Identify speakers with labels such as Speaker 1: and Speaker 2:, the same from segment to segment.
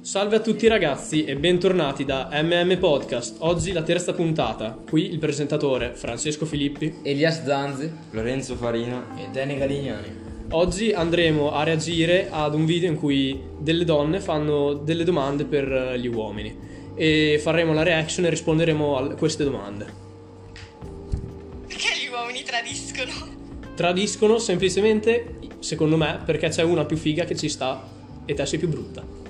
Speaker 1: Salve a tutti ragazzi e bentornati da MM Podcast, oggi la terza puntata. Qui il presentatore Francesco Filippi.
Speaker 2: Elias Zanzi
Speaker 3: Lorenzo Farina.
Speaker 2: e Danny Galignani.
Speaker 1: Oggi andremo a reagire ad un video in cui delle donne fanno delle domande per eh, gli uomini e faremo la reaction e risponderemo a queste domande.
Speaker 4: Perché gli uomini tradiscono?
Speaker 1: Tradiscono semplicemente, secondo me, perché c'è una più figa che ci sta e te sei più brutta.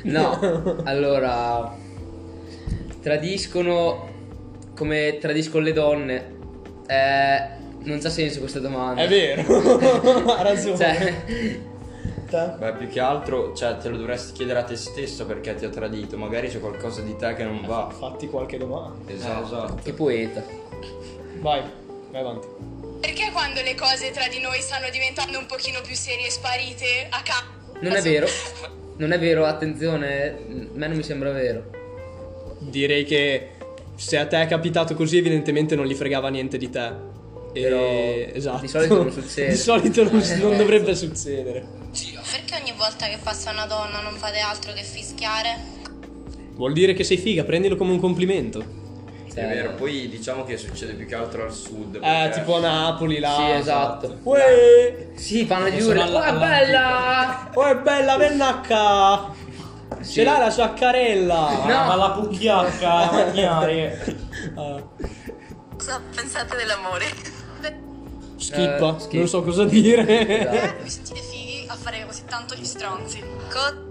Speaker 2: No, allora tradiscono come tradiscono le donne. Eh, non c'ha senso questa domanda.
Speaker 1: vero, ha ragione.
Speaker 2: Cioè,
Speaker 3: Beh, più che altro, cioè, te lo dovresti chiedere a te stesso perché ti ha tradito. Magari c'è qualcosa di te che non va.
Speaker 1: fatti qualche domanda.
Speaker 3: Esatto.
Speaker 2: che poeta.
Speaker 1: Vai, vai avanti.
Speaker 4: Perché quando le cose tra di noi stanno diventando un pochino più serie e sparite a caso?
Speaker 2: Non è vero. Non è vero, attenzione, a me non mi sembra vero.
Speaker 1: Direi che se a te è capitato così, evidentemente non gli fregava niente di te. E-
Speaker 2: Però
Speaker 1: esatto.
Speaker 2: di solito non succede. Eh.
Speaker 1: Di solito non, non dovrebbe succedere.
Speaker 5: Perché ogni volta che passa una donna non fate altro che fischiare?
Speaker 1: Vuol dire che sei figa, prendilo come un complimento.
Speaker 2: Cioè,
Speaker 3: È vero, poi diciamo che succede più che altro al sud.
Speaker 1: Eh,
Speaker 3: perché-
Speaker 1: tipo a Napoli là.
Speaker 2: Sì, esatto.
Speaker 1: Uè,
Speaker 2: Sì, fanno di
Speaker 1: sono
Speaker 2: urla.
Speaker 1: alla-
Speaker 2: Oh, è bella!
Speaker 1: uè, bella vennacca.
Speaker 2: Sì.
Speaker 1: Ce l'ha la sciaccarella.
Speaker 2: No. Ma
Speaker 1: la pucchiacca.
Speaker 2: Eh,
Speaker 4: Cosa pensate dell'amore?
Speaker 1: Schippa,
Speaker 2: Eh, schippa.
Speaker 1: non so cosa dire.
Speaker 2: Esatto.
Speaker 4: Vi sentite fighi a fare così tanto gli stronzi? Co-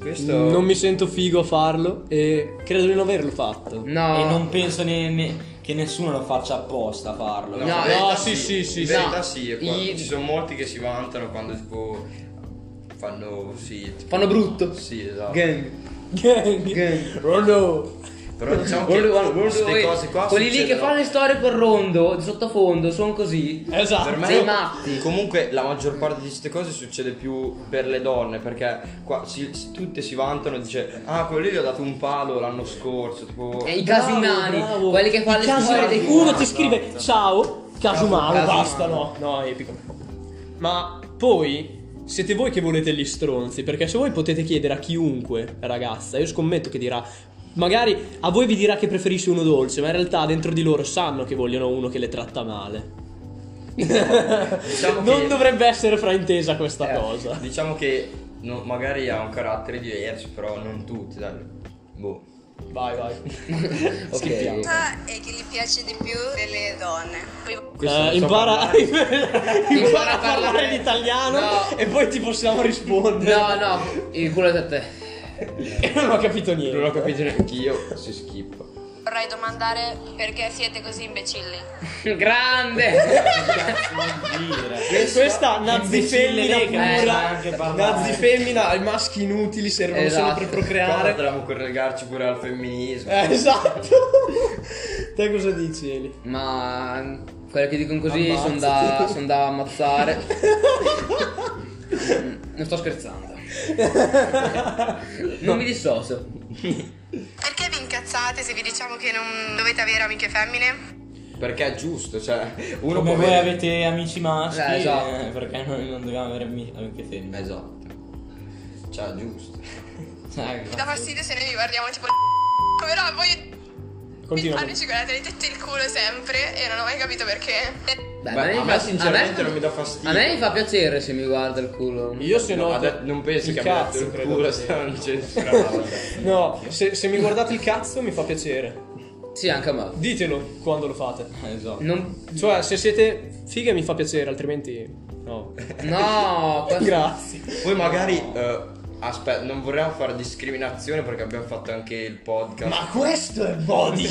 Speaker 3: Questo.
Speaker 1: Non mi sento figo a farlo e credo di non averlo fatto.
Speaker 2: No.
Speaker 6: E non penso ne- ne- che nessuno lo faccia apposta a farlo.
Speaker 2: No,
Speaker 3: in realtà
Speaker 1: no, sì, sì, sì,
Speaker 3: In
Speaker 1: sì.
Speaker 3: realtà
Speaker 2: No.
Speaker 3: eh, sì, è qua-
Speaker 2: I-
Speaker 3: ci sono molti che si vantano quando tipo fanno sì, tipo-
Speaker 2: Fanno brutto.
Speaker 3: Sì, esatto.
Speaker 2: Gang. Gang.
Speaker 1: Oh, Rondo.
Speaker 3: Però diciamo che
Speaker 2: Quelli- guarda,
Speaker 3: queste
Speaker 2: quelli-
Speaker 3: cose qua
Speaker 2: quelli lì che
Speaker 3: succedono-
Speaker 2: fanno le storie per rondo di sottofondo sono così
Speaker 1: Esatto.
Speaker 3: Per me
Speaker 2: Sei matti.
Speaker 3: Comunque la maggior parte di queste cose succede più per le donne perché qua si- si- tutte si vantano dice "Ah, quello lì gli ho dato un palo l'anno scorso", tipo
Speaker 2: e Eh, i casinani quelli che fanno le storie dei
Speaker 1: Uno
Speaker 2: culo
Speaker 1: ti scrive ciao, Casumano,
Speaker 2: Casu-
Speaker 1: basta, no. No, epico. Ma poi siete voi che volete gli stronzi, perché se voi potete chiedere a chiunque ragazza, io scommetto che dirà magari a voi vi dirà che preferisce uno dolce, ma in realtà dentro di loro sanno che vogliono uno che le tratta male.
Speaker 3: diciamo
Speaker 1: non
Speaker 3: che-
Speaker 1: dovrebbe essere fraintesa questa cosa.
Speaker 3: Diciamo che no- magari ha un carattere diverso, però non tutti, dai. Boh.
Speaker 1: Vai, vai. Schippiamo.
Speaker 2: ok
Speaker 4: e che gli piace di più delle donne.
Speaker 3: Questo non
Speaker 1: Eh,
Speaker 3: so
Speaker 1: impara,
Speaker 3: parlare.
Speaker 1: impara a
Speaker 2: a parlare.
Speaker 1: parlare l'italiano
Speaker 2: No.
Speaker 1: e poi ti possiamo rispondere.
Speaker 2: no no il culo è da te
Speaker 1: non ho capito niente.
Speaker 3: Non l'ho capito neanche io, si schippa.
Speaker 5: Vorrei domandare perché siete così imbecilli.
Speaker 2: grande
Speaker 1: Questa nazi
Speaker 6: imbecille
Speaker 1: femmina
Speaker 6: lei che
Speaker 2: non sa
Speaker 1: pura,
Speaker 6: anche parlare.
Speaker 1: nazi femmina, i maschi inutili servono solo
Speaker 2: Esatto.
Speaker 1: per
Speaker 3: Qua
Speaker 1: procreare.
Speaker 3: potremmo collegarci pure al femminismo.
Speaker 1: Eh, esatto. Te cosa dici Eli?
Speaker 2: ma quelle che dicono così
Speaker 1: Ammazzati.
Speaker 2: sono da, son da ammazzare Mm, non sto scherzando non mi dissocio
Speaker 4: Perché vi incazzate se vi diciamo che non dovete avere amiche femmine?
Speaker 3: Perché è giusto, cioè, uno
Speaker 6: Come
Speaker 3: può
Speaker 6: voi
Speaker 3: avere-
Speaker 6: avete amici maschi,
Speaker 2: Eh, esatto.
Speaker 6: eh, perché noi non dobbiamo avere ami- amiche femmine.
Speaker 3: Esatto. Cioè, giusto.
Speaker 6: Eh,
Speaker 3: esatto.
Speaker 4: Dà fastidio se noi vi guardiamo tipo... Come no, voi...
Speaker 1: Continua.
Speaker 4: A noi ci guardate le tette e il culo sempre e non ho mai capito perché.
Speaker 2: Beh,
Speaker 3: Beh, a me sinceramente non mi dà fastidio.
Speaker 2: a me mi fa piacere se mi guarda il culo
Speaker 1: Io se no,
Speaker 3: No, ha detto- non penso
Speaker 1: il
Speaker 3: che abbia
Speaker 1: cazzo,
Speaker 3: detto il
Speaker 1: credo
Speaker 3: culo,
Speaker 1: che
Speaker 3: se
Speaker 1: sia.
Speaker 3: non c'è strada.
Speaker 1: No, se, se mi guardate il cazzo mi fa piacere.
Speaker 2: sì anche a me
Speaker 1: Ditelo quando lo fate.
Speaker 6: Esatto.
Speaker 2: non
Speaker 1: Cioè, se siete fighe mi fa piacere, altrimenti no.
Speaker 2: no questo-
Speaker 1: Grazie.
Speaker 3: Poi magari, eh, aspetta, non vorremmo fare discriminazione perché abbiamo fatto anche il podcast.
Speaker 1: questo è body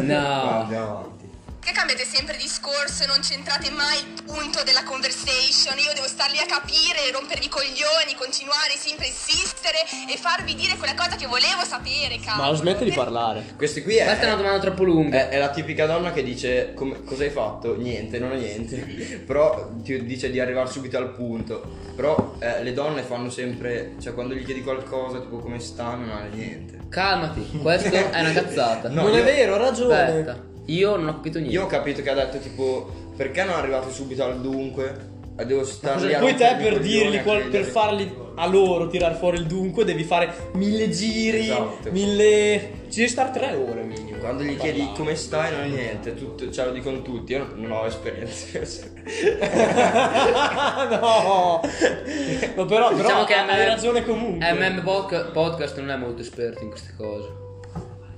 Speaker 2: No.
Speaker 3: andiamo avanti.
Speaker 4: Che cambiate sempre discorso e non centrate mai il punto della conversation? Io devo star lì a capire, rompervi i coglioni, continuare sempre a insistere e farvi dire quella cosa che volevo sapere, cavolo.
Speaker 5: Ah,
Speaker 1: Ma smette di parlare.
Speaker 3: Questi qui
Speaker 2: Questa è una
Speaker 3: è...
Speaker 2: domanda troppo lunga.
Speaker 3: È, è la tipica donna che dice come, cosa hai fatto? Niente, non è niente. Però ti dice di arrivare subito al punto. Però eh, le donne fanno sempre, cioè quando gli chiedi qualcosa, tipo come stanno, non è niente.
Speaker 2: Calmati, questo è una cazzata.
Speaker 3: No,
Speaker 1: non è
Speaker 3: io-
Speaker 1: vero, ha ragione.
Speaker 2: Aspetta, io non ho capito niente.
Speaker 3: Io ho capito che ha detto tipo perché non è arrivato subito al dunque? eh, devo stare lì
Speaker 1: Cioè,
Speaker 3: a
Speaker 1: Poi te
Speaker 3: rompermi i
Speaker 1: per
Speaker 3: coglioni
Speaker 1: dirgli,
Speaker 3: a
Speaker 1: qual- per
Speaker 3: crederli.
Speaker 1: farli a loro tirar fuori il dunque devi fare mille giri,
Speaker 3: Esatto.
Speaker 1: mille... Ci devi stare tre ore minimo.
Speaker 3: Quando gli
Speaker 1: a
Speaker 3: chiedi
Speaker 1: parlare.
Speaker 3: come stai, non è niente, tutto, ce lo dicono tutti, io non ho esperienze.
Speaker 1: no, ma però, però
Speaker 2: Diciamo che
Speaker 1: hai
Speaker 2: M-
Speaker 1: ragione comunque.
Speaker 2: MM Podca- Podcast non è molto esperto in queste cose.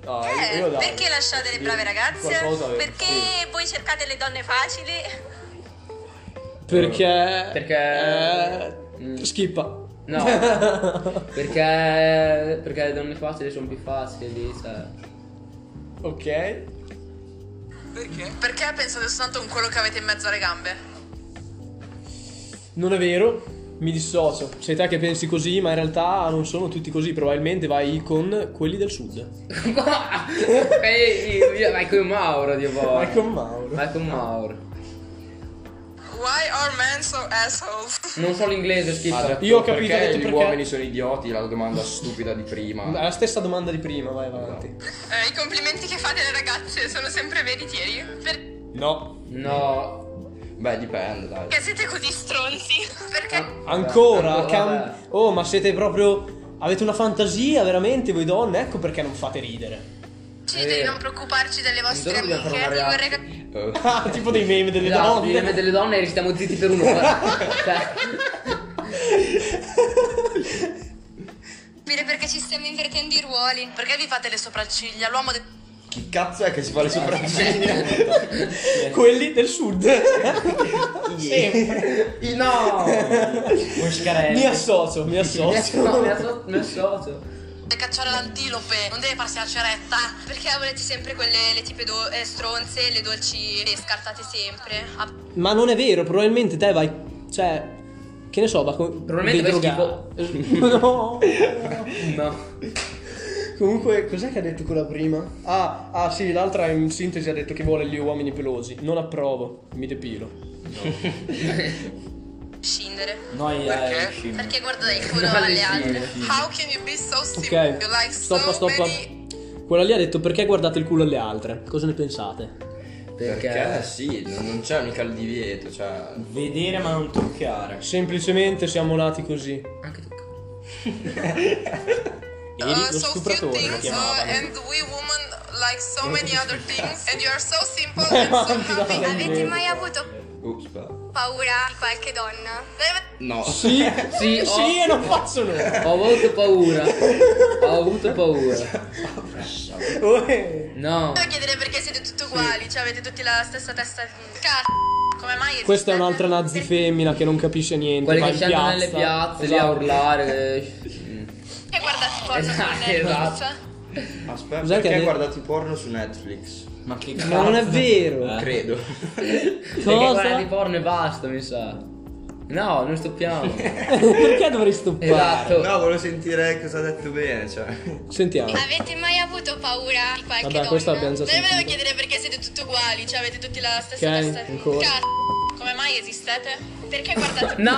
Speaker 1: No,
Speaker 4: Eh,
Speaker 1: io dai.
Speaker 4: perché lasciate le brave ragazze?
Speaker 1: Qualcosa-
Speaker 4: Perché
Speaker 1: sì.
Speaker 4: voi cercate le donne facili?
Speaker 1: Perché...
Speaker 2: Perché-
Speaker 1: eh,
Speaker 2: Mm.
Speaker 1: schippa.
Speaker 2: No. perché, perché le donne facili sono più facili, cioè.
Speaker 1: ok.
Speaker 4: Perché? Perché pensate soltanto con quello che avete in mezzo alle gambe?
Speaker 1: Non è vero, mi dissocio. Sei te che pensi così, ma in realtà non sono tutti così. Probabilmente vai con quelli del sud.
Speaker 2: Ehi, vai con Mauro, Dio
Speaker 1: Vai
Speaker 2: buono.
Speaker 1: con Mauro.
Speaker 2: Vai con Mauro.
Speaker 4: Why are men so assholes?
Speaker 2: Non so l'inglese, schifo.
Speaker 1: io ho capito, ho
Speaker 3: perché
Speaker 1: detto
Speaker 3: gli
Speaker 1: perché-
Speaker 3: uomini sono idioti, la domanda stupida di prima.
Speaker 1: È la stessa domanda di prima, vai avanti.
Speaker 4: Eh, I complimenti che fate alle ragazze sono sempre veritieri. Perché
Speaker 1: No.
Speaker 2: No.
Speaker 3: Beh, dipende, dai.
Speaker 4: siete così stronzi? Perché?
Speaker 1: Ancora?
Speaker 2: Ancora,
Speaker 1: cam-
Speaker 2: vabbè.
Speaker 1: oh, ma siete proprio... Avete una fantasia, veramente, voi donne? Ecco perché non fate ridere.
Speaker 4: Ci di
Speaker 2: Eh.
Speaker 4: non preoccuparci delle vostre
Speaker 2: giorno dobbiamo
Speaker 4: amiche.
Speaker 2: fare
Speaker 4: Vi
Speaker 2: una
Speaker 4: vorrei cap-
Speaker 3: Eh,
Speaker 1: Ah, tipo dei meme delle
Speaker 2: Esatto,
Speaker 1: donne.
Speaker 2: viene delle donne e restiamo zitti per un'ora. cioè,
Speaker 5: Capire perché ci stiamo invertendo i ruoli.
Speaker 4: Perché vi fate le sopracciglia? L'uomo de-
Speaker 3: chi cazzo è che si fa le sopracciglia?
Speaker 1: Quelli del sud. Eh,
Speaker 6: Esatto.
Speaker 1: Sempre.
Speaker 2: no!
Speaker 1: Mi associo, mi
Speaker 2: Mi
Speaker 1: associo.
Speaker 2: associo, mi associo- mi associo.
Speaker 4: deve cacciare l'antilope, non deve farsi la ceretta.
Speaker 5: Perché volete sempre quelle le tipe do- eh, stronze, le dolci le scartate sempre? Ah,
Speaker 1: Ma non è vero, probabilmente te vai. Cioè. Che ne so, va con.
Speaker 2: Probabilmente
Speaker 1: dei
Speaker 2: fai
Speaker 1: droga- no.
Speaker 2: No.
Speaker 1: Comunque, cos'è che ha detto quella prima? Ah, ah, sì, l'altra in sintesi ha detto che vuole gli uomini pelosi. Non approvo, mi depilo.
Speaker 5: scindere.
Speaker 6: Noi
Speaker 4: Perché?
Speaker 6: eh, scimmie.
Speaker 5: Perché guarda dai culo
Speaker 2: No, le
Speaker 5: alle altre.
Speaker 2: scimmie.
Speaker 4: How can you be so
Speaker 1: Ok. Stoppa, stoppa. Quella lì ha detto perché guardate il culo alle altre. Cosa ne pensate?
Speaker 3: Perché? Eh,
Speaker 2: Perché?
Speaker 3: sì, non non c'è mica il divieto, cioè...
Speaker 6: Vedere ma non toccare.
Speaker 1: Semplicemente siamo nati così.
Speaker 2: Anche tu.
Speaker 3: Eh,
Speaker 1: E
Speaker 4: Uh,
Speaker 1: vedi, lo stupratore lo chiamavano.
Speaker 4: we women like so many other things and you are so simple
Speaker 1: Eh, ma non ti dava la
Speaker 5: Avete
Speaker 1: idea.
Speaker 5: mai avuto
Speaker 3: Ups, beh.
Speaker 5: paura di qualche donna?
Speaker 3: No.
Speaker 1: Sì,
Speaker 2: Sì, oh. ho-
Speaker 1: sì, e non faccio nulla.
Speaker 2: Ho avuto paura. Ho avuto paura.
Speaker 1: Uè.
Speaker 2: No.
Speaker 4: Devo chiedere perché siete tutti uguali, cioè avete tutti la stessa testa di cazzo. Come mai esiste? Eh,
Speaker 1: Questa è un'altra nazi femmina che non capisce niente.
Speaker 2: Quelli
Speaker 1: va
Speaker 2: che
Speaker 1: in
Speaker 2: scendono
Speaker 1: piazza.
Speaker 2: nelle piazze lì a
Speaker 1: Esatto.
Speaker 2: urlare.
Speaker 4: Perché guardate porno
Speaker 1: Eh,
Speaker 2: Esatto,
Speaker 4: su Netflix?
Speaker 3: Aspetta,
Speaker 1: Cos'è che ha
Speaker 3: perché
Speaker 1: detto?
Speaker 3: guardate i porno su Netflix?
Speaker 6: Ma che
Speaker 1: Ma non è vero.
Speaker 6: Eh.
Speaker 3: Credo.
Speaker 2: Perché
Speaker 1: Cosa?
Speaker 2: guardano i porno e basta, mi sa. No, non stoppiamo.
Speaker 1: Perché dovrei stoppare?
Speaker 2: esatto.
Speaker 3: No, volevo sentire cosa ha detto bene, cioè...
Speaker 1: Sentiamo.
Speaker 5: Avete mai avuto paura di qualche
Speaker 1: Vabbè,
Speaker 5: donna?
Speaker 1: questa l'abbiamo già
Speaker 4: Devo
Speaker 1: sentita.
Speaker 4: chiedere perché siete tutti uguali, cioè avete tutti la stessa
Speaker 1: Ok,
Speaker 4: testa di
Speaker 1: ancora.
Speaker 4: cazzo. Come mai esistete? Perché guardate
Speaker 2: No.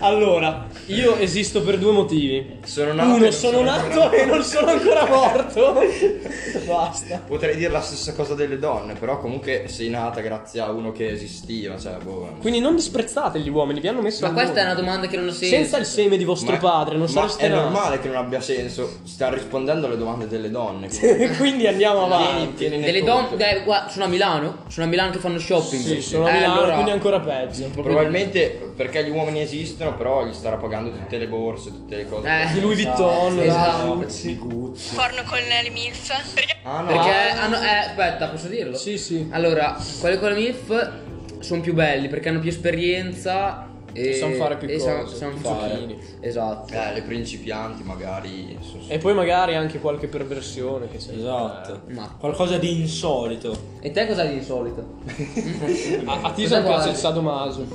Speaker 1: Allora, io esisto per due motivi.
Speaker 3: Sono nato e
Speaker 1: Uno,
Speaker 3: non
Speaker 1: sono nato e non sono ancora morto. Basta.
Speaker 3: Potrei dire la stessa cosa delle donne, però comunque sei nata grazie a uno che esisteva, cioè, boh...
Speaker 1: Quindi non disprezzate gli uomini, vi hanno messo
Speaker 2: Ma
Speaker 1: al
Speaker 2: questa è una
Speaker 1: mondo.
Speaker 2: domanda che non ho senso.
Speaker 1: Senza il seme di vostro
Speaker 3: Ma-
Speaker 1: padre, non
Speaker 3: ma
Speaker 1: sareste
Speaker 3: è
Speaker 1: nati.
Speaker 3: normale che non abbia senso. Sta rispondendo alle domande delle donne.
Speaker 1: Quindi andiamo
Speaker 3: Tieni-
Speaker 1: avanti.
Speaker 3: tienine
Speaker 2: Delle
Speaker 3: conto.
Speaker 2: donne. dai, guarda, sono a Milano? Sono a Milano che fanno shopping.
Speaker 1: Sì, sono a
Speaker 2: Eh,
Speaker 1: Milano,
Speaker 2: allora-
Speaker 1: quindi ancora peggio.
Speaker 3: Probabilmente perché gli uomini esistono, però gli starà pagando tutte le borse, tutte le cose.
Speaker 2: Eh.
Speaker 1: Di Louis Vuitton,
Speaker 2: Esatto.
Speaker 1: la Gucci.
Speaker 4: porno con le MILF? Perché
Speaker 3: Ah no.
Speaker 2: Perché hanno. Eh, aspetta, posso dirlo?
Speaker 1: Sì, sì.
Speaker 2: Allora, quelli con la MIF sono più belli perché hanno più esperienza. E
Speaker 1: Sanno fare più
Speaker 2: e
Speaker 1: cose,
Speaker 2: sanno- sanno
Speaker 1: più
Speaker 2: fare.
Speaker 1: zucchini.
Speaker 2: Esatto.
Speaker 3: Eh, le principianti magari. so-
Speaker 2: Eh,
Speaker 3: so-
Speaker 1: E poi magari anche qualche perversione che c'è.
Speaker 6: Esatto.
Speaker 3: Eh,
Speaker 2: Ma-
Speaker 6: Qualcosa di insolito.
Speaker 2: E te cosa hai di solito?
Speaker 1: A, a Tisan
Speaker 2: Cosa
Speaker 1: piace
Speaker 2: guardi?
Speaker 1: il sadomaso.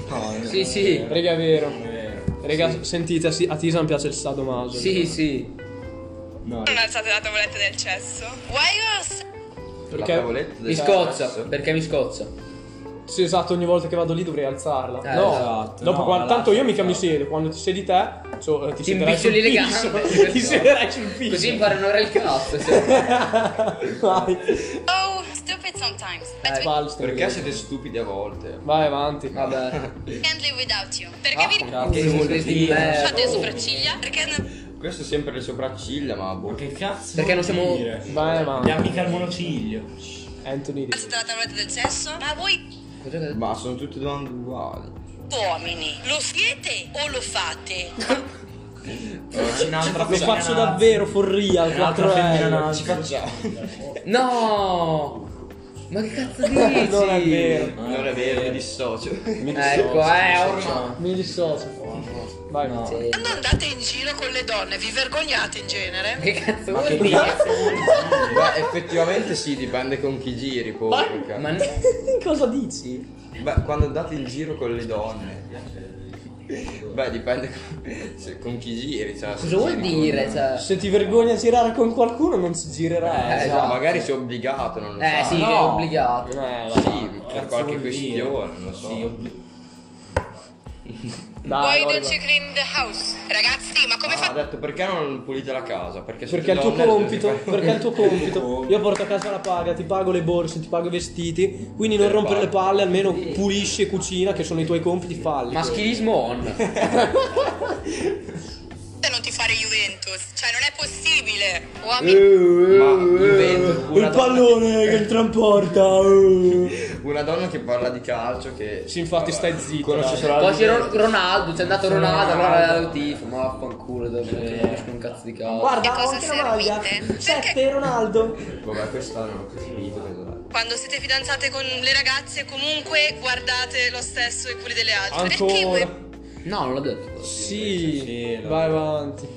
Speaker 2: sì, sì.
Speaker 1: Rega è vero.
Speaker 6: vero.
Speaker 1: Rega, sentite, a Si- a Tisan piace il sadomaso.
Speaker 2: Sì, sì.
Speaker 6: No.
Speaker 4: non alzate la tavoletta del cesso? Why are
Speaker 3: la
Speaker 1: Perché-
Speaker 3: tavoletta del
Speaker 2: Mi scozza.
Speaker 3: sesso.
Speaker 2: Perché mi scozza?
Speaker 1: Sì, esatto, ogni volta che vado lì dovrei alzarla.
Speaker 2: Eh,
Speaker 1: no,
Speaker 6: esatto,
Speaker 1: dopo
Speaker 6: no,
Speaker 1: quan-
Speaker 6: la
Speaker 1: tanto io mica
Speaker 6: lascio,
Speaker 1: mi
Speaker 6: no.
Speaker 1: siedo, quando ti siedi te, so, eh, ti,
Speaker 2: Ti
Speaker 1: siederai sul
Speaker 2: impiccioli le
Speaker 1: piso.
Speaker 2: gambe.
Speaker 1: ti siederai sul piso.
Speaker 2: Così imparano a il cazzo. sì.
Speaker 1: Vai.
Speaker 5: Oh, stupid sometimes.
Speaker 7: times.
Speaker 1: Eh, falso,
Speaker 3: Perché
Speaker 1: vero.
Speaker 3: siete stupidi a volte?
Speaker 1: Vai avanti.
Speaker 2: Vabbè.
Speaker 7: Can't live without you. Perché
Speaker 1: Ah,
Speaker 7: vi
Speaker 1: cazzo.
Speaker 2: Che
Speaker 6: Sì,
Speaker 2: volete
Speaker 6: sì,
Speaker 2: di merda.
Speaker 7: fate le sopracciglia? Perché non...
Speaker 3: Questo è sempre le sopracciglia, ma boh.
Speaker 6: Ma che cazzo?
Speaker 2: Perché non
Speaker 6: vuol
Speaker 2: siamo-
Speaker 6: dire?
Speaker 1: Vai avanti.
Speaker 6: Abbiamo mica il monociglio.
Speaker 1: Anthony Davis.
Speaker 7: Alzate la tavoletta del sesso? Ma voi
Speaker 2: Cosa ho detto?
Speaker 3: Ma sono tutte domande uguali.
Speaker 7: uomini, lo siete o lo fate?
Speaker 1: Lo faccio davvero, forria, al 4 euro.
Speaker 3: Ci facciamo.
Speaker 6: Eh.
Speaker 2: No! Ma che cazzo dici?
Speaker 1: Non è
Speaker 2: Ah,
Speaker 1: vero.
Speaker 3: Non è vero, mi dissocio. oh.
Speaker 2: Ecco, eh, ormai.
Speaker 1: Mi dissocio. Vai, no.
Speaker 7: Quando andate in giro con le donne, vi vergognate in genere?
Speaker 2: Che cazzo
Speaker 6: Ma che
Speaker 2: vuol dire?
Speaker 6: cazzo?
Speaker 3: Beh, effettivamente sì, dipende con chi giri poi. perché-
Speaker 2: Ma
Speaker 1: Cosa dici?
Speaker 3: Beh, quando andate in giro con le donne. Beh, dipende con, se- con chi giri. Cioè, se
Speaker 2: cosa vuol
Speaker 3: giri con-
Speaker 2: dire? Cioè...
Speaker 1: Se ti vergogni a girare con qualcuno, non si girerà.
Speaker 2: Eh,
Speaker 1: Eh,
Speaker 3: No,
Speaker 2: esatto.
Speaker 3: cioè, magari sei obbligato, non lo
Speaker 2: Eh
Speaker 3: so.
Speaker 2: sì,
Speaker 6: no.
Speaker 2: è obbligato.
Speaker 1: Eh,
Speaker 3: Sì, per qualche questione, non lo so.
Speaker 6: Sì, obbligo.
Speaker 1: Dai, allora,
Speaker 7: clean the house?
Speaker 5: Ragazzi, ma come
Speaker 3: Ah, ho detto perché non pulite la casa? Perché,
Speaker 1: Perché è il tuo compito, perché è il tuo compito. Io porto a casa la paga, ti pago le borse, ti pago i vestiti, quindi non
Speaker 3: Te le
Speaker 1: rompere le
Speaker 3: pago.
Speaker 1: palle, almeno pulisci e cucina che sono i tuoi compiti, falli.
Speaker 2: Maschilismo on.
Speaker 5: fate non ti fare Juventus? Cioè, non è possibile. Uomini,
Speaker 3: Ma Juventus,
Speaker 1: il
Speaker 3: una
Speaker 1: pallone che mi tramporta. uh.
Speaker 3: Una donna che parla di calcio che...
Speaker 1: Sì, infatti, stai zitto,
Speaker 3: Conosce
Speaker 1: dai.
Speaker 3: solo la
Speaker 2: Poi c'è Ron-
Speaker 3: Juventus.
Speaker 2: Ronaldo, c'è andato Ronaldo, allora lo tifo. Ma vaffanculo, dove non conosco un cazzo di cazzo.
Speaker 1: Guarda,
Speaker 5: Che
Speaker 1: ho
Speaker 5: cosa
Speaker 1: anche la maglia.
Speaker 5: servite?
Speaker 1: Sette Ronaldo.
Speaker 3: Vabbè, questa non ho capito. cosa-
Speaker 5: quando siete fidanzate con le ragazze, comunque guardate lo stesso i culi delle altre. Perché voi
Speaker 1: Ancora.
Speaker 2: No, non l'ho detto.
Speaker 1: Sì,
Speaker 6: Sì, lo-
Speaker 1: vai avanti.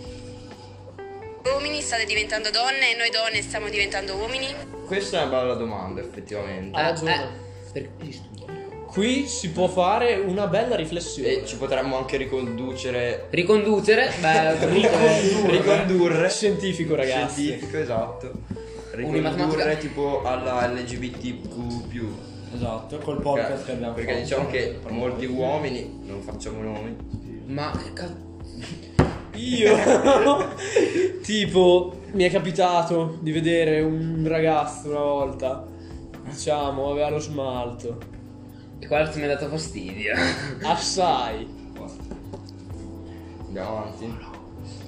Speaker 5: uomini state diventando donne e noi donne stiamo diventando uomini?
Speaker 3: Questa è una bella domanda, effettivamente.
Speaker 2: Eh,
Speaker 1: ragione.
Speaker 2: eh, per-
Speaker 1: Qui si può fare una bella riflessione.
Speaker 3: E Eh, ci potremmo anche riconducere...
Speaker 2: Riconducere, beh,
Speaker 3: Ricondurre.
Speaker 1: Scientifico, ragazzi.
Speaker 3: Scientifico, esatto.
Speaker 2: matematica.
Speaker 3: Ricondurre tipo alla LGBTQ.
Speaker 6: Esatto, col podcast che abbiamo
Speaker 3: Perché
Speaker 6: fatto.
Speaker 3: diciamo che molti uomini, non facciamo nomi,
Speaker 2: Ma che cazzo.
Speaker 1: Io, tipo, mi è capitato di vedere un ragazzo una volta, diciamo, aveva lo smalto,
Speaker 2: E qua mi ha dato fastidio.
Speaker 1: assai.
Speaker 3: Andiamo avanti.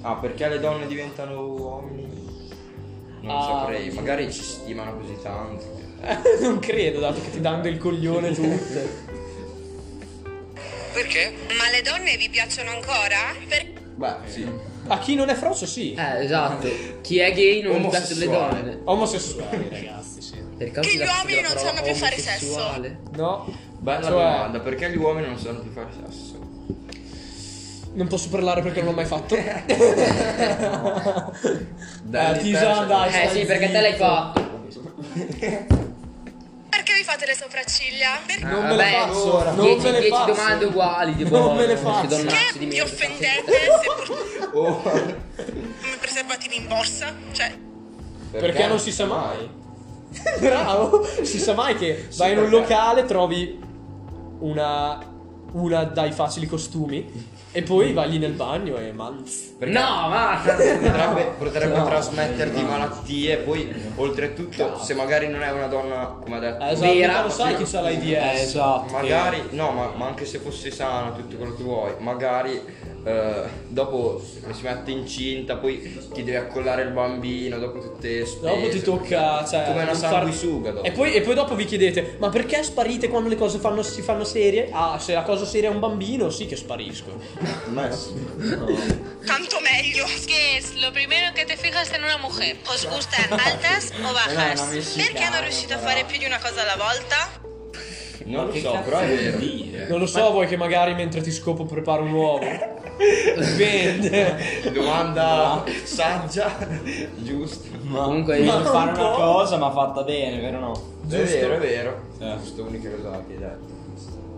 Speaker 3: Ah, perché le donne diventano uomini? Non
Speaker 1: Ah.
Speaker 3: saprei, magari ci stimano così tanto.
Speaker 1: non credo, dato che ti danno del coglione tutte.
Speaker 7: Perché?
Speaker 5: Ma le donne vi piacciono ancora? Per-
Speaker 3: Beh,
Speaker 1: Eh.
Speaker 3: sì.
Speaker 1: A chi non è frocio, sì.
Speaker 2: Eh, esatto. Chi è gay non piace le
Speaker 3: Omosessuale.
Speaker 2: donne.
Speaker 1: Omosessuali, ragazzi, sì.
Speaker 2: Per causa
Speaker 7: Che
Speaker 2: della-
Speaker 7: gli uomini
Speaker 2: della
Speaker 7: non
Speaker 2: parola
Speaker 7: sanno più fare sesso.
Speaker 2: omosessuale.
Speaker 1: No,
Speaker 3: Bella
Speaker 1: Cioè-
Speaker 3: domanda, perché gli uomini non sanno più fare sesso?
Speaker 1: non posso parlare perché non l'ho mai fatto.
Speaker 3: Dai,
Speaker 1: Eh, Tisan,
Speaker 3: perso.
Speaker 1: dai,
Speaker 2: Eh
Speaker 1: stai
Speaker 2: sì, perché te l'hai
Speaker 1: zitto.
Speaker 2: fatto.
Speaker 5: Perché vi fate le sopracciglia? Perché
Speaker 1: Non
Speaker 2: Eh,
Speaker 1: me le
Speaker 3: boh,
Speaker 1: faccio, non
Speaker 2: 10,
Speaker 1: me le
Speaker 2: 10
Speaker 1: faccio.
Speaker 2: domande uguali, tipo.
Speaker 1: Non me le
Speaker 2: che
Speaker 1: faccio.
Speaker 2: donnacci di
Speaker 5: vi
Speaker 2: merda.
Speaker 5: offendete se portate
Speaker 3: Oh,
Speaker 5: i preservativi in borsa? Cioè,
Speaker 1: Perché non si sa mai. Bravo! Si sa mai che vai in un
Speaker 3: perché-
Speaker 1: locale, trovi una. una dai facili costumi. E poi vai lì nel bagno e Eh,
Speaker 2: Esatto.
Speaker 1: manz.
Speaker 3: Perché
Speaker 2: No, ma.
Speaker 3: Potrebbe, potrebbe trasmetterti malattie, poi oltretutto, se magari non è una donna, come ha detto,
Speaker 1: esatto,
Speaker 2: Vera.
Speaker 1: mica lo sai chi c'ha l'AIDS.
Speaker 6: Eh, esatto.
Speaker 3: Magari, no, ma, ma anche se fosse sana, tutto quello che vuoi, magari eh, dopo si mette incinta, poi ti devi accollare il bambino, dopo tutte spese.
Speaker 1: Dopo ti tocca. Cioè,
Speaker 3: Come una
Speaker 1: non far-
Speaker 3: sanguisuga dopo.
Speaker 1: E poi, e poi dopo vi chiedete: ma perché sparite quando le cose fanno- si fanno serie? Ah, se la cosa seria è un bambino, sì che sparisco.
Speaker 5: tanto meglio.
Speaker 7: ¿Qué es lo primero que te fijas en una mujer? ¿Os gustan altas o bajas?
Speaker 5: Perché non riuscite a fare più di una cosa alla volta?
Speaker 3: Non lo so, però è vero.
Speaker 1: Non lo so, vuoi che magari mentre ti scopo preparo un uovo? Dipende.
Speaker 3: Domanda saggia, giusta.
Speaker 2: Comunque,
Speaker 6: Devi
Speaker 2: io-
Speaker 6: fare
Speaker 1: un
Speaker 6: una
Speaker 1: po'.
Speaker 6: cosa ma fatta bene, vero o no?
Speaker 3: È vero, è vero.
Speaker 6: Eh.
Speaker 3: Giusto, unica cosa che hai detto.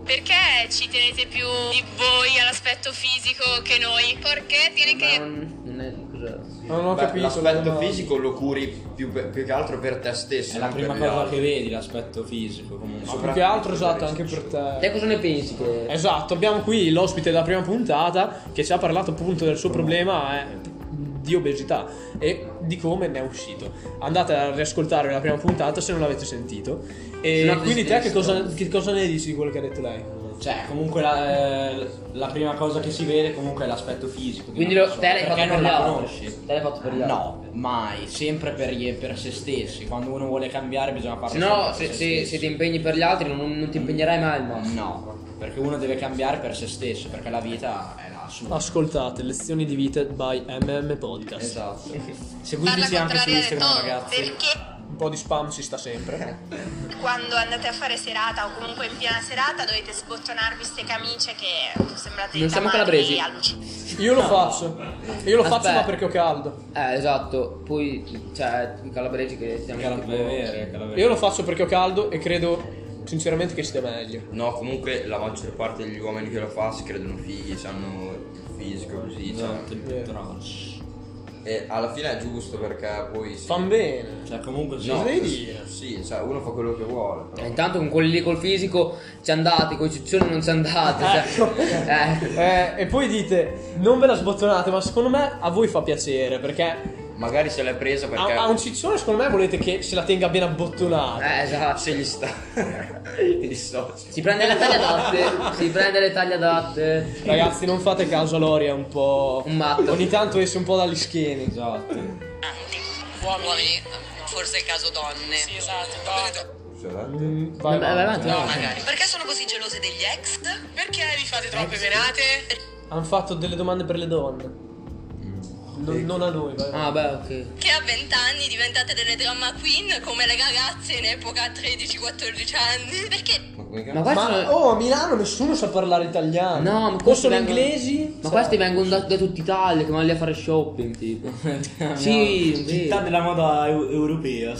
Speaker 7: Perché ci tenete più di voi all'aspetto fisico che noi? Perché tiene
Speaker 2: Ma
Speaker 7: que...
Speaker 2: non non è. Cosa.
Speaker 1: Non ho
Speaker 3: Beh,
Speaker 1: capito.
Speaker 3: l'aspetto
Speaker 1: no.
Speaker 3: fisico lo curi più, per- più che altro per te stesso.
Speaker 6: È la
Speaker 3: non
Speaker 6: prima
Speaker 3: per gli
Speaker 6: cosa
Speaker 3: altri.
Speaker 6: che vedi, l'aspetto fisico
Speaker 1: Ma
Speaker 6: comunque.
Speaker 1: più che altro esatto anche per
Speaker 2: Te
Speaker 1: te.
Speaker 2: cosa ne pensi? Che...
Speaker 1: Esatto, abbiamo qui l'ospite della prima puntata che ci ha parlato appunto del suo problema eh, di obesità e di come ne è uscito. Andate a riascoltare la prima puntata se non l'avete sentito. E
Speaker 3: Se no,
Speaker 1: quindi te che
Speaker 3: desiderio.
Speaker 1: cosa, che cosa ne dici di quello che ha detto lei?
Speaker 6: Cioè, comunque la, eh, la prima cosa che si vede comunque è l'aspetto fisico. di
Speaker 2: Quindi
Speaker 6: una
Speaker 2: lo,
Speaker 6: persona,
Speaker 2: te l'hai fatto
Speaker 6: perché
Speaker 2: per
Speaker 6: non
Speaker 2: gli
Speaker 6: la
Speaker 2: altri.
Speaker 6: conosci.
Speaker 2: Te l'hai fatto per gli altri.
Speaker 6: No, mai, sempre per, gli- per se stessi. Quando uno vuole cambiare bisogna farlo
Speaker 2: Se no,
Speaker 6: sempre
Speaker 2: se, se-
Speaker 6: per
Speaker 2: se
Speaker 6: stessi.
Speaker 2: ti impegni per gli altri, non, non ti impegnerai mai al massimo.
Speaker 6: No, perché uno deve cambiare per se stesso, perché la vita è la sua.
Speaker 1: Ascoltate Lezioni di vita by MM Podcast.
Speaker 6: Esatto.
Speaker 5: Parla
Speaker 6: Seguiteci anche su
Speaker 5: contraria del
Speaker 6: Instagram,
Speaker 5: Tom,
Speaker 6: ragazzi.
Speaker 5: perché
Speaker 1: Un po' di spam si sta sempre.
Speaker 5: quando andate a fare serata o comunque in piena serata dovete sbottonarvi ste camicie che sembrate
Speaker 2: Non siamo
Speaker 5: tamarri
Speaker 2: calabresi.
Speaker 5: allucinanti.
Speaker 1: Io lo faccio. Io lo faccio
Speaker 2: Aspetta.
Speaker 1: ma perché ho caldo.
Speaker 2: Eh, esatto. Poi, cioè, i calabresi che stiamo
Speaker 6: Calab-
Speaker 2: tipo-
Speaker 6: è
Speaker 1: eh,
Speaker 6: vero, è calab-
Speaker 1: Io lo faccio perché ho caldo e credo sinceramente che stia meglio.
Speaker 3: No, comunque la maggior parte degli uomini che lo fa si credono fighi, hanno il fisico così. cioè.
Speaker 6: Esatto, il
Speaker 1: Vero.
Speaker 6: trash.
Speaker 3: E alla fine è giusto perché poi. si-
Speaker 1: Fan bene.
Speaker 6: Cioè, comunque sì.
Speaker 3: No,
Speaker 1: Cosa devi dire?
Speaker 3: sì, cioè uno fa quello che vuole.
Speaker 2: Eh,
Speaker 3: Però.
Speaker 2: Intanto con quelli lì col fisico ci andate, con i ciccioni non ci andate.
Speaker 1: Ecco.
Speaker 2: Cioè, eh.
Speaker 1: Eh, e poi dite, non ve la sbottonate, ma secondo me a voi fa piacere perché
Speaker 3: Magari se l'è presa
Speaker 1: a,
Speaker 3: perché.
Speaker 1: a un ciccione secondo me volete che se la tenga ben abbottonata.
Speaker 2: Eh, esatto.
Speaker 3: Se gli sta. I soci.
Speaker 2: Si prende le taglie adatte. si prende le taglie adatte.
Speaker 1: Ragazzi, non fate caso a Lori, è un po'...
Speaker 2: Un matto.
Speaker 1: Ogni tanto esce un po' dagli schieni.
Speaker 6: Esatto.
Speaker 8: Uomini, forse è il caso donne. Sì, esatto.
Speaker 3: Cioè,
Speaker 1: Mm,
Speaker 2: Vai,
Speaker 1: vai,
Speaker 2: vai
Speaker 1: avanti.
Speaker 2: avanti. vai avanti.
Speaker 8: Perché sono così gelose degli ex? Perché vi fate troppe menate?
Speaker 1: Hanno fatto delle domande per le donne. Non, non a noi, vai.
Speaker 2: Mm. Ah, beh, ok.
Speaker 5: Che a 20 anni diventate delle drama queen come le ragazze in epoca 13-14 anni. Perché
Speaker 3: Ma come
Speaker 2: Ma
Speaker 3: cazzo?
Speaker 2: qua
Speaker 1: Ma
Speaker 2: sono...
Speaker 1: oh, a Milano nessuno sa parlare italiano.
Speaker 2: No, ma
Speaker 1: o
Speaker 2: questi
Speaker 1: sono
Speaker 2: vengono-
Speaker 1: inglesi.
Speaker 2: Ma questi vengono da, da tutti Italia che vanno lì a fare shopping, tipo. sì,
Speaker 6: Città
Speaker 2: vero.
Speaker 6: della moda eu- europea.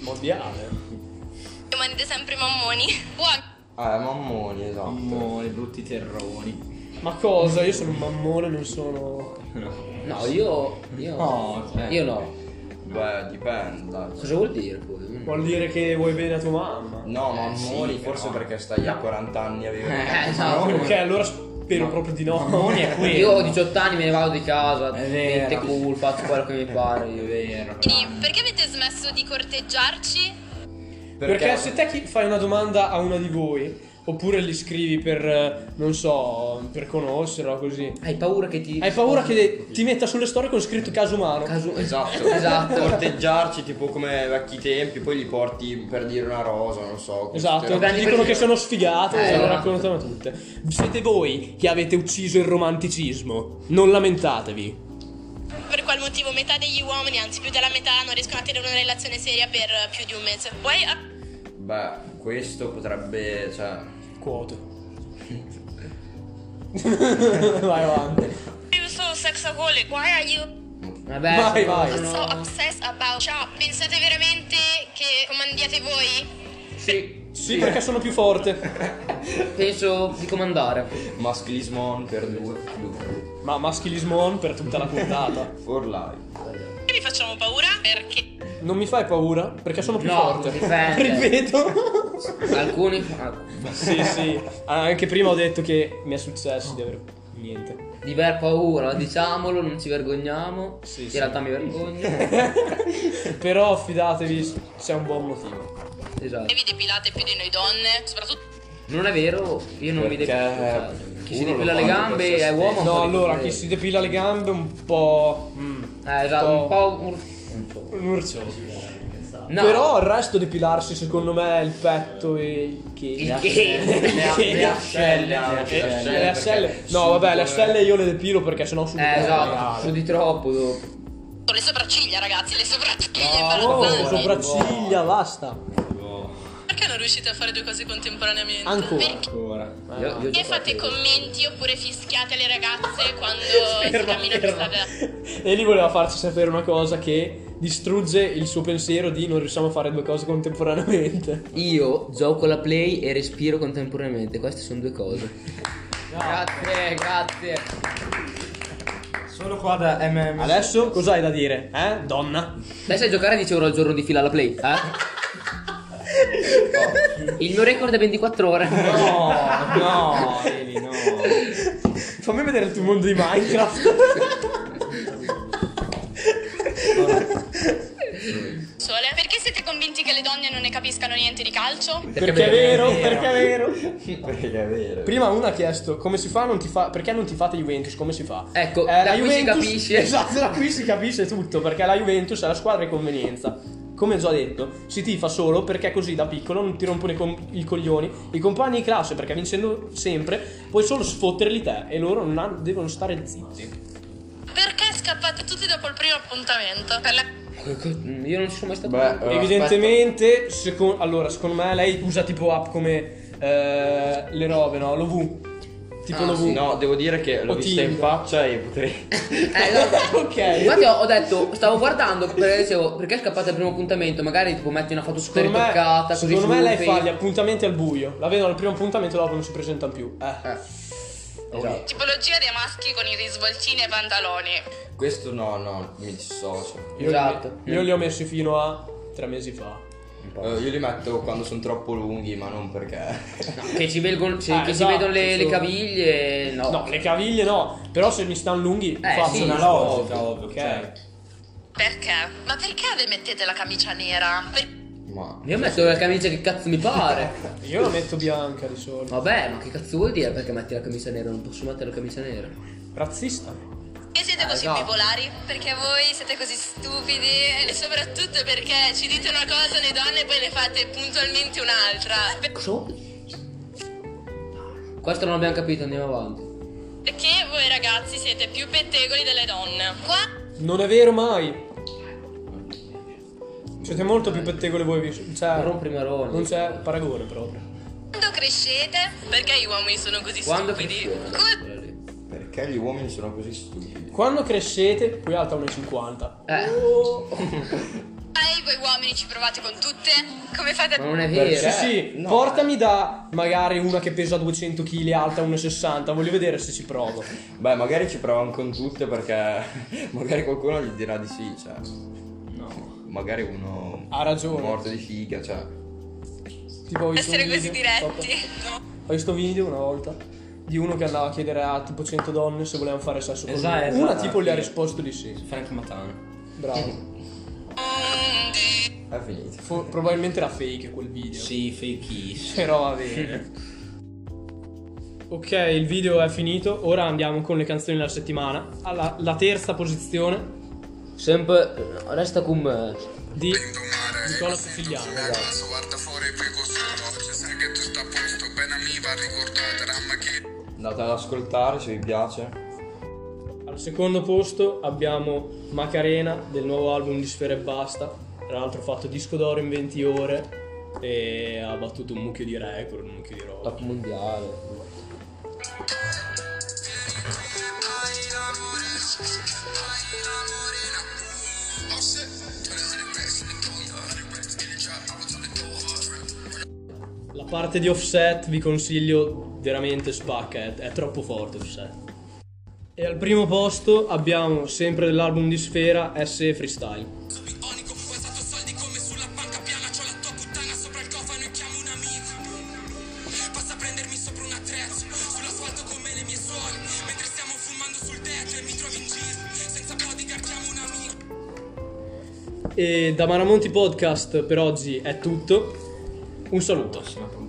Speaker 1: Mondiale.
Speaker 5: rimanete sempre mammoni? Buon
Speaker 3: Ah, è mammoni, esatto.
Speaker 6: Amore, brutti terroni.
Speaker 1: Ma cosa? Io sono un mammone, non sono.
Speaker 2: No, io. Io
Speaker 6: No, cioè-
Speaker 2: Io no.
Speaker 3: Beh, dipende. dai.
Speaker 2: Cosa vuol dire poi?
Speaker 1: Vuol dire che vuoi bene a tua mamma.
Speaker 3: No, mammoni
Speaker 6: sì,
Speaker 3: forse
Speaker 6: però.
Speaker 3: perché stai a 40 anni a vivere.
Speaker 2: Eh, esatto.
Speaker 1: Ok, allora spero proprio di no.
Speaker 6: Mammoni è quello.
Speaker 2: Io ho 18 anni, me ne vado di casa.
Speaker 6: È vero.
Speaker 2: Niente cool, faccio quello che mi pare.
Speaker 6: È
Speaker 2: Io.
Speaker 6: vero.
Speaker 5: perché avete smesso di corteggiarci?
Speaker 1: Perché, se te chi- fai una domanda a una di voi, oppure gli scrivi per, eh, non so, per conoscerla o così.
Speaker 2: Hai paura che ti.
Speaker 1: Hai paura che ti metta sulle storie con scritto caso umano.
Speaker 2: Casu-
Speaker 3: Esatto,
Speaker 2: Esatto.
Speaker 3: Corteggiarci tipo come vecchi tempi, poi li porti per dire una rosa, non so. queste
Speaker 1: Esatto,
Speaker 3: robe.
Speaker 2: Grandi
Speaker 1: ti dicono
Speaker 2: per-
Speaker 1: che sono sfigate,
Speaker 2: Eh,
Speaker 1: se lo
Speaker 2: esatto.
Speaker 1: raccontano tutte. Siete voi che avete ucciso il romanticismo. Non lamentatevi.
Speaker 5: Per qual motivo metà degli uomini, anzi più della metà, non riescono a tenere una relazione seria per eh, più di un mese. Poi a-
Speaker 3: Beh, questo potrebbe, cioè,
Speaker 1: Quote. Vai avanti.
Speaker 7: Io sono sexaholic.
Speaker 5: Why are you
Speaker 2: Vabbè,
Speaker 1: Vai,
Speaker 2: sono-
Speaker 1: vai.
Speaker 5: so
Speaker 2: sono-
Speaker 5: obsessed about? Ciao, pensate veramente che comandiate voi?
Speaker 2: Sì,
Speaker 1: Sì, perché sono più forte.
Speaker 2: penso di comandare.
Speaker 3: maschilismo on per due più.
Speaker 1: Ma maschilismo on per tutta la puntata.
Speaker 3: For life.
Speaker 7: Perché vi facciamo paura? Perché?
Speaker 1: Non mi fai paura? Perché sono più
Speaker 2: No,
Speaker 1: forte.
Speaker 2: dipende.
Speaker 1: Ripeto.
Speaker 2: Alcuni. ah,
Speaker 1: sì, sì. Ah, Anche prima ho detto che mi è successo di avere niente.
Speaker 2: Di aver paura, diciamolo, non ci vergogniamo.
Speaker 1: Sì,
Speaker 2: In
Speaker 1: sì.
Speaker 2: realtà mi vergogno.
Speaker 1: Però fidatevi, c'è un buon motivo.
Speaker 2: Esatto.
Speaker 7: E vi depilate più di noi donne? Soprattutto
Speaker 2: Non è vero, io non mi
Speaker 3: Perché
Speaker 2: depilo. Chi si
Speaker 3: uno
Speaker 2: depila
Speaker 3: lo
Speaker 2: le
Speaker 3: fa
Speaker 2: gambe
Speaker 3: per se
Speaker 2: è
Speaker 1: No,
Speaker 2: uomo. un po' di
Speaker 1: allora, chi
Speaker 2: problemi.
Speaker 1: si depila le gambe un po'... mm,
Speaker 2: Eh, esatto, un po'. ur-
Speaker 1: Un urcioso.
Speaker 2: No,
Speaker 1: Però il resto depilarsi secondo me è il petto e il che.
Speaker 2: Il che.
Speaker 1: Le,
Speaker 3: le ascelle,
Speaker 1: ascelle,
Speaker 3: le ascelle,
Speaker 1: le ascelle.
Speaker 3: perché
Speaker 1: No, vabbè, le
Speaker 3: sudore.
Speaker 1: ascelle io le depilo perché sennò sudo.
Speaker 2: Eh, esatto,
Speaker 1: male.
Speaker 2: su di troppo
Speaker 3: Eh,
Speaker 2: dopo.
Speaker 7: le sopracciglia, ragazzi, le sopracciglia
Speaker 1: Oh,
Speaker 7: imbarazzanti.
Speaker 1: sopracciglia, basta.
Speaker 7: Perché non riuscite a fare due cose contemporaneamente?
Speaker 1: Ancora.
Speaker 6: Ancora.
Speaker 2: Io, io
Speaker 5: E
Speaker 2: gioco a
Speaker 5: fate
Speaker 2: te.
Speaker 5: commenti oppure fischiate le ragazze quando si
Speaker 1: Ferma,
Speaker 5: cammina per
Speaker 1: ferma.
Speaker 5: strada?
Speaker 1: E lì voleva farci sapere una cosa che distrugge il suo pensiero di non riusciamo a fare due cose contemporaneamente.
Speaker 2: Io gioco alla play e respiro contemporaneamente. Queste sono due cose. Grazie, grazie.
Speaker 6: Solo qua da MM.
Speaker 1: Adesso cos'hai da dire? Eh, donna?
Speaker 2: Lei sai giocare 10 euro al giorno di fila alla play? Eh? Il mio record è 24 ore.
Speaker 6: No,
Speaker 2: Ah,
Speaker 6: no,
Speaker 2: Esatto.
Speaker 6: Eli, no.
Speaker 1: Fammi vedere il tuo mondo di Minecraft.
Speaker 5: sole.
Speaker 7: Perché siete convinti che le donne non ne capiscano niente di calcio?
Speaker 1: Perché, è vero, perché è vero.
Speaker 3: cioè, Perché è vero.
Speaker 1: Prima uno ha chiesto come si fa, non ti fa, perché non ti fate Juventus, come si fa? Eh,
Speaker 2: Ecco, da qui si capisce.
Speaker 1: Esatto, da qui si capisce tutto, perché la Juventus è la squadra di convenienza. Come già detto, si tifa solo perché così da piccolo non ti rompono i, com- i coglioni, i compagni di classe, perché vincendo sempre puoi solo sfotterli te e loro non hanno- devono stare zitti.
Speaker 5: Perché scappate tutti dopo il primo appuntamento? Per la
Speaker 2: Io non ci sono mai stato.
Speaker 3: Beh, eh,
Speaker 1: Evidentemente, secon- allora, secondo me lei usa tipo app come eh, le robe, no? L'OV. Tipo
Speaker 2: Ah,
Speaker 1: l'OV.
Speaker 3: aspetta. No, devo dire che l'ho
Speaker 1: O
Speaker 3: vista in
Speaker 1: Tinder.
Speaker 3: faccia e potrei.
Speaker 2: Eh, no.
Speaker 1: Ok.
Speaker 2: Infatti ho, ho detto, stavo guardando perché, dicevo, perché è scappata il primo appuntamento, magari tipo metti una foto super
Speaker 1: Secondo me,
Speaker 2: ritoccata, così
Speaker 1: secondo
Speaker 2: su
Speaker 1: me lei fa
Speaker 2: Facebook.
Speaker 1: gli appuntamenti al buio. La vedono al primo appuntamento, dopo non si presentano più. Eh.
Speaker 3: Esatto.
Speaker 7: Tipologia dei maschi con i risvoltini e pantaloni.
Speaker 3: Questo no, no, mi dissocio.
Speaker 1: Io
Speaker 2: Esatto.
Speaker 1: Li, io li ho messi fino a tre mesi fa.
Speaker 3: Eh, io li metto quando sono troppo lunghi, ma non perché.
Speaker 2: No, che ci, velgono- ci-
Speaker 1: Ah,
Speaker 2: che ci
Speaker 1: esatto,
Speaker 2: vedono le, le
Speaker 1: giusto.
Speaker 2: caviglie, no. Eh,
Speaker 1: No, le caviglie no. Però se mi stanno lunghi, faccio
Speaker 2: sì,
Speaker 1: una cioè,
Speaker 6: una
Speaker 2: ovvio,
Speaker 6: logica, ovvio,
Speaker 1: ok.
Speaker 6: certo.
Speaker 5: Perché? Ma perché vi mettete la camicia nera? Per-
Speaker 3: Ma.
Speaker 2: Io metto la camicia che cazzo mi pare.
Speaker 1: Io la metto bianca di solito.
Speaker 2: Vabbè, ma che cazzo vuol dire perché metti la camicia nera? Non posso mettere la camicia nera.
Speaker 1: Razzista.
Speaker 5: Perché siete così bipolari? Perché voi siete così stupidi e soprattutto perché ci dite una cosa le donne e poi ne fate puntualmente un'altra.
Speaker 2: Cosa? Questo non l'abbiamo capito, andiamo
Speaker 1: Eh,
Speaker 2: avanti.
Speaker 7: Perché voi ragazzi siete più pettegoli delle donne?
Speaker 5: Qua
Speaker 1: Non è vero mai. Siete molto più pettegole voi. vi- Cioè,
Speaker 2: Non prima
Speaker 1: non
Speaker 2: Maroni.
Speaker 1: c'è paragone proprio.
Speaker 5: quando crescete, perché gli uomini sono così
Speaker 2: Quando
Speaker 5: stupidi?
Speaker 2: funziona?
Speaker 5: Co-
Speaker 2: Quella lì.
Speaker 3: Perché gli uomini sono così stupidi?
Speaker 1: Quando crescete, qui è alta 1,50.
Speaker 2: Eh.
Speaker 7: Dai, voi uomini ci provate con tutte? Come fate
Speaker 2: Ma
Speaker 7: a...
Speaker 2: non è vero. eh.
Speaker 1: Sì, sì,
Speaker 3: no.
Speaker 1: portami da magari una che pesa 200 kg, alta 1,60. Voglio vedere se ci provo.
Speaker 3: Beh, magari ci provano con tutte perché. magari qualcuno gli dirà di sì, cioè. No. Magari uno.
Speaker 1: Ha ragione.
Speaker 3: Morto di figa, cioè.
Speaker 1: Tipo, ho visto un
Speaker 7: essere così
Speaker 1: video-
Speaker 7: diretti? No.
Speaker 1: Ho visto un video una volta di uno che andava a chiedere a tipo 100 donne se volevano fare sesso con
Speaker 6: Esatto,
Speaker 1: lui.
Speaker 6: esatto.
Speaker 1: Una tipo gli ha risposto di sì.
Speaker 6: Frank Matano.
Speaker 1: Bravo.
Speaker 3: È finito.
Speaker 1: Fo- probabilmente era fake quel video.
Speaker 6: Sì, fakeissimo.
Speaker 1: Però va bene. ok, il video è finito. Ora andiamo con le canzoni della settimana. Alla la terza posizione
Speaker 2: Sempre resta con me.
Speaker 1: di Nicola Siciliano.
Speaker 3: Andate ad ascoltare se vi piace.
Speaker 1: Al secondo posto abbiamo Macarena del nuovo album di Sfera e Basta. Tra l'altro ha fatto disco d'oro in 20 ore e ha battuto un mucchio di record, un mucchio di roba.
Speaker 2: Top mondiale.
Speaker 1: La parte di Offset vi consiglio veramente spacca, è, è troppo forte Offset. E al primo posto abbiamo sempre dell'album di Sfera SE Freestyle. E da Maramonti Podcast per oggi è tutto. Un saluto.
Speaker 6: Prossima puntata.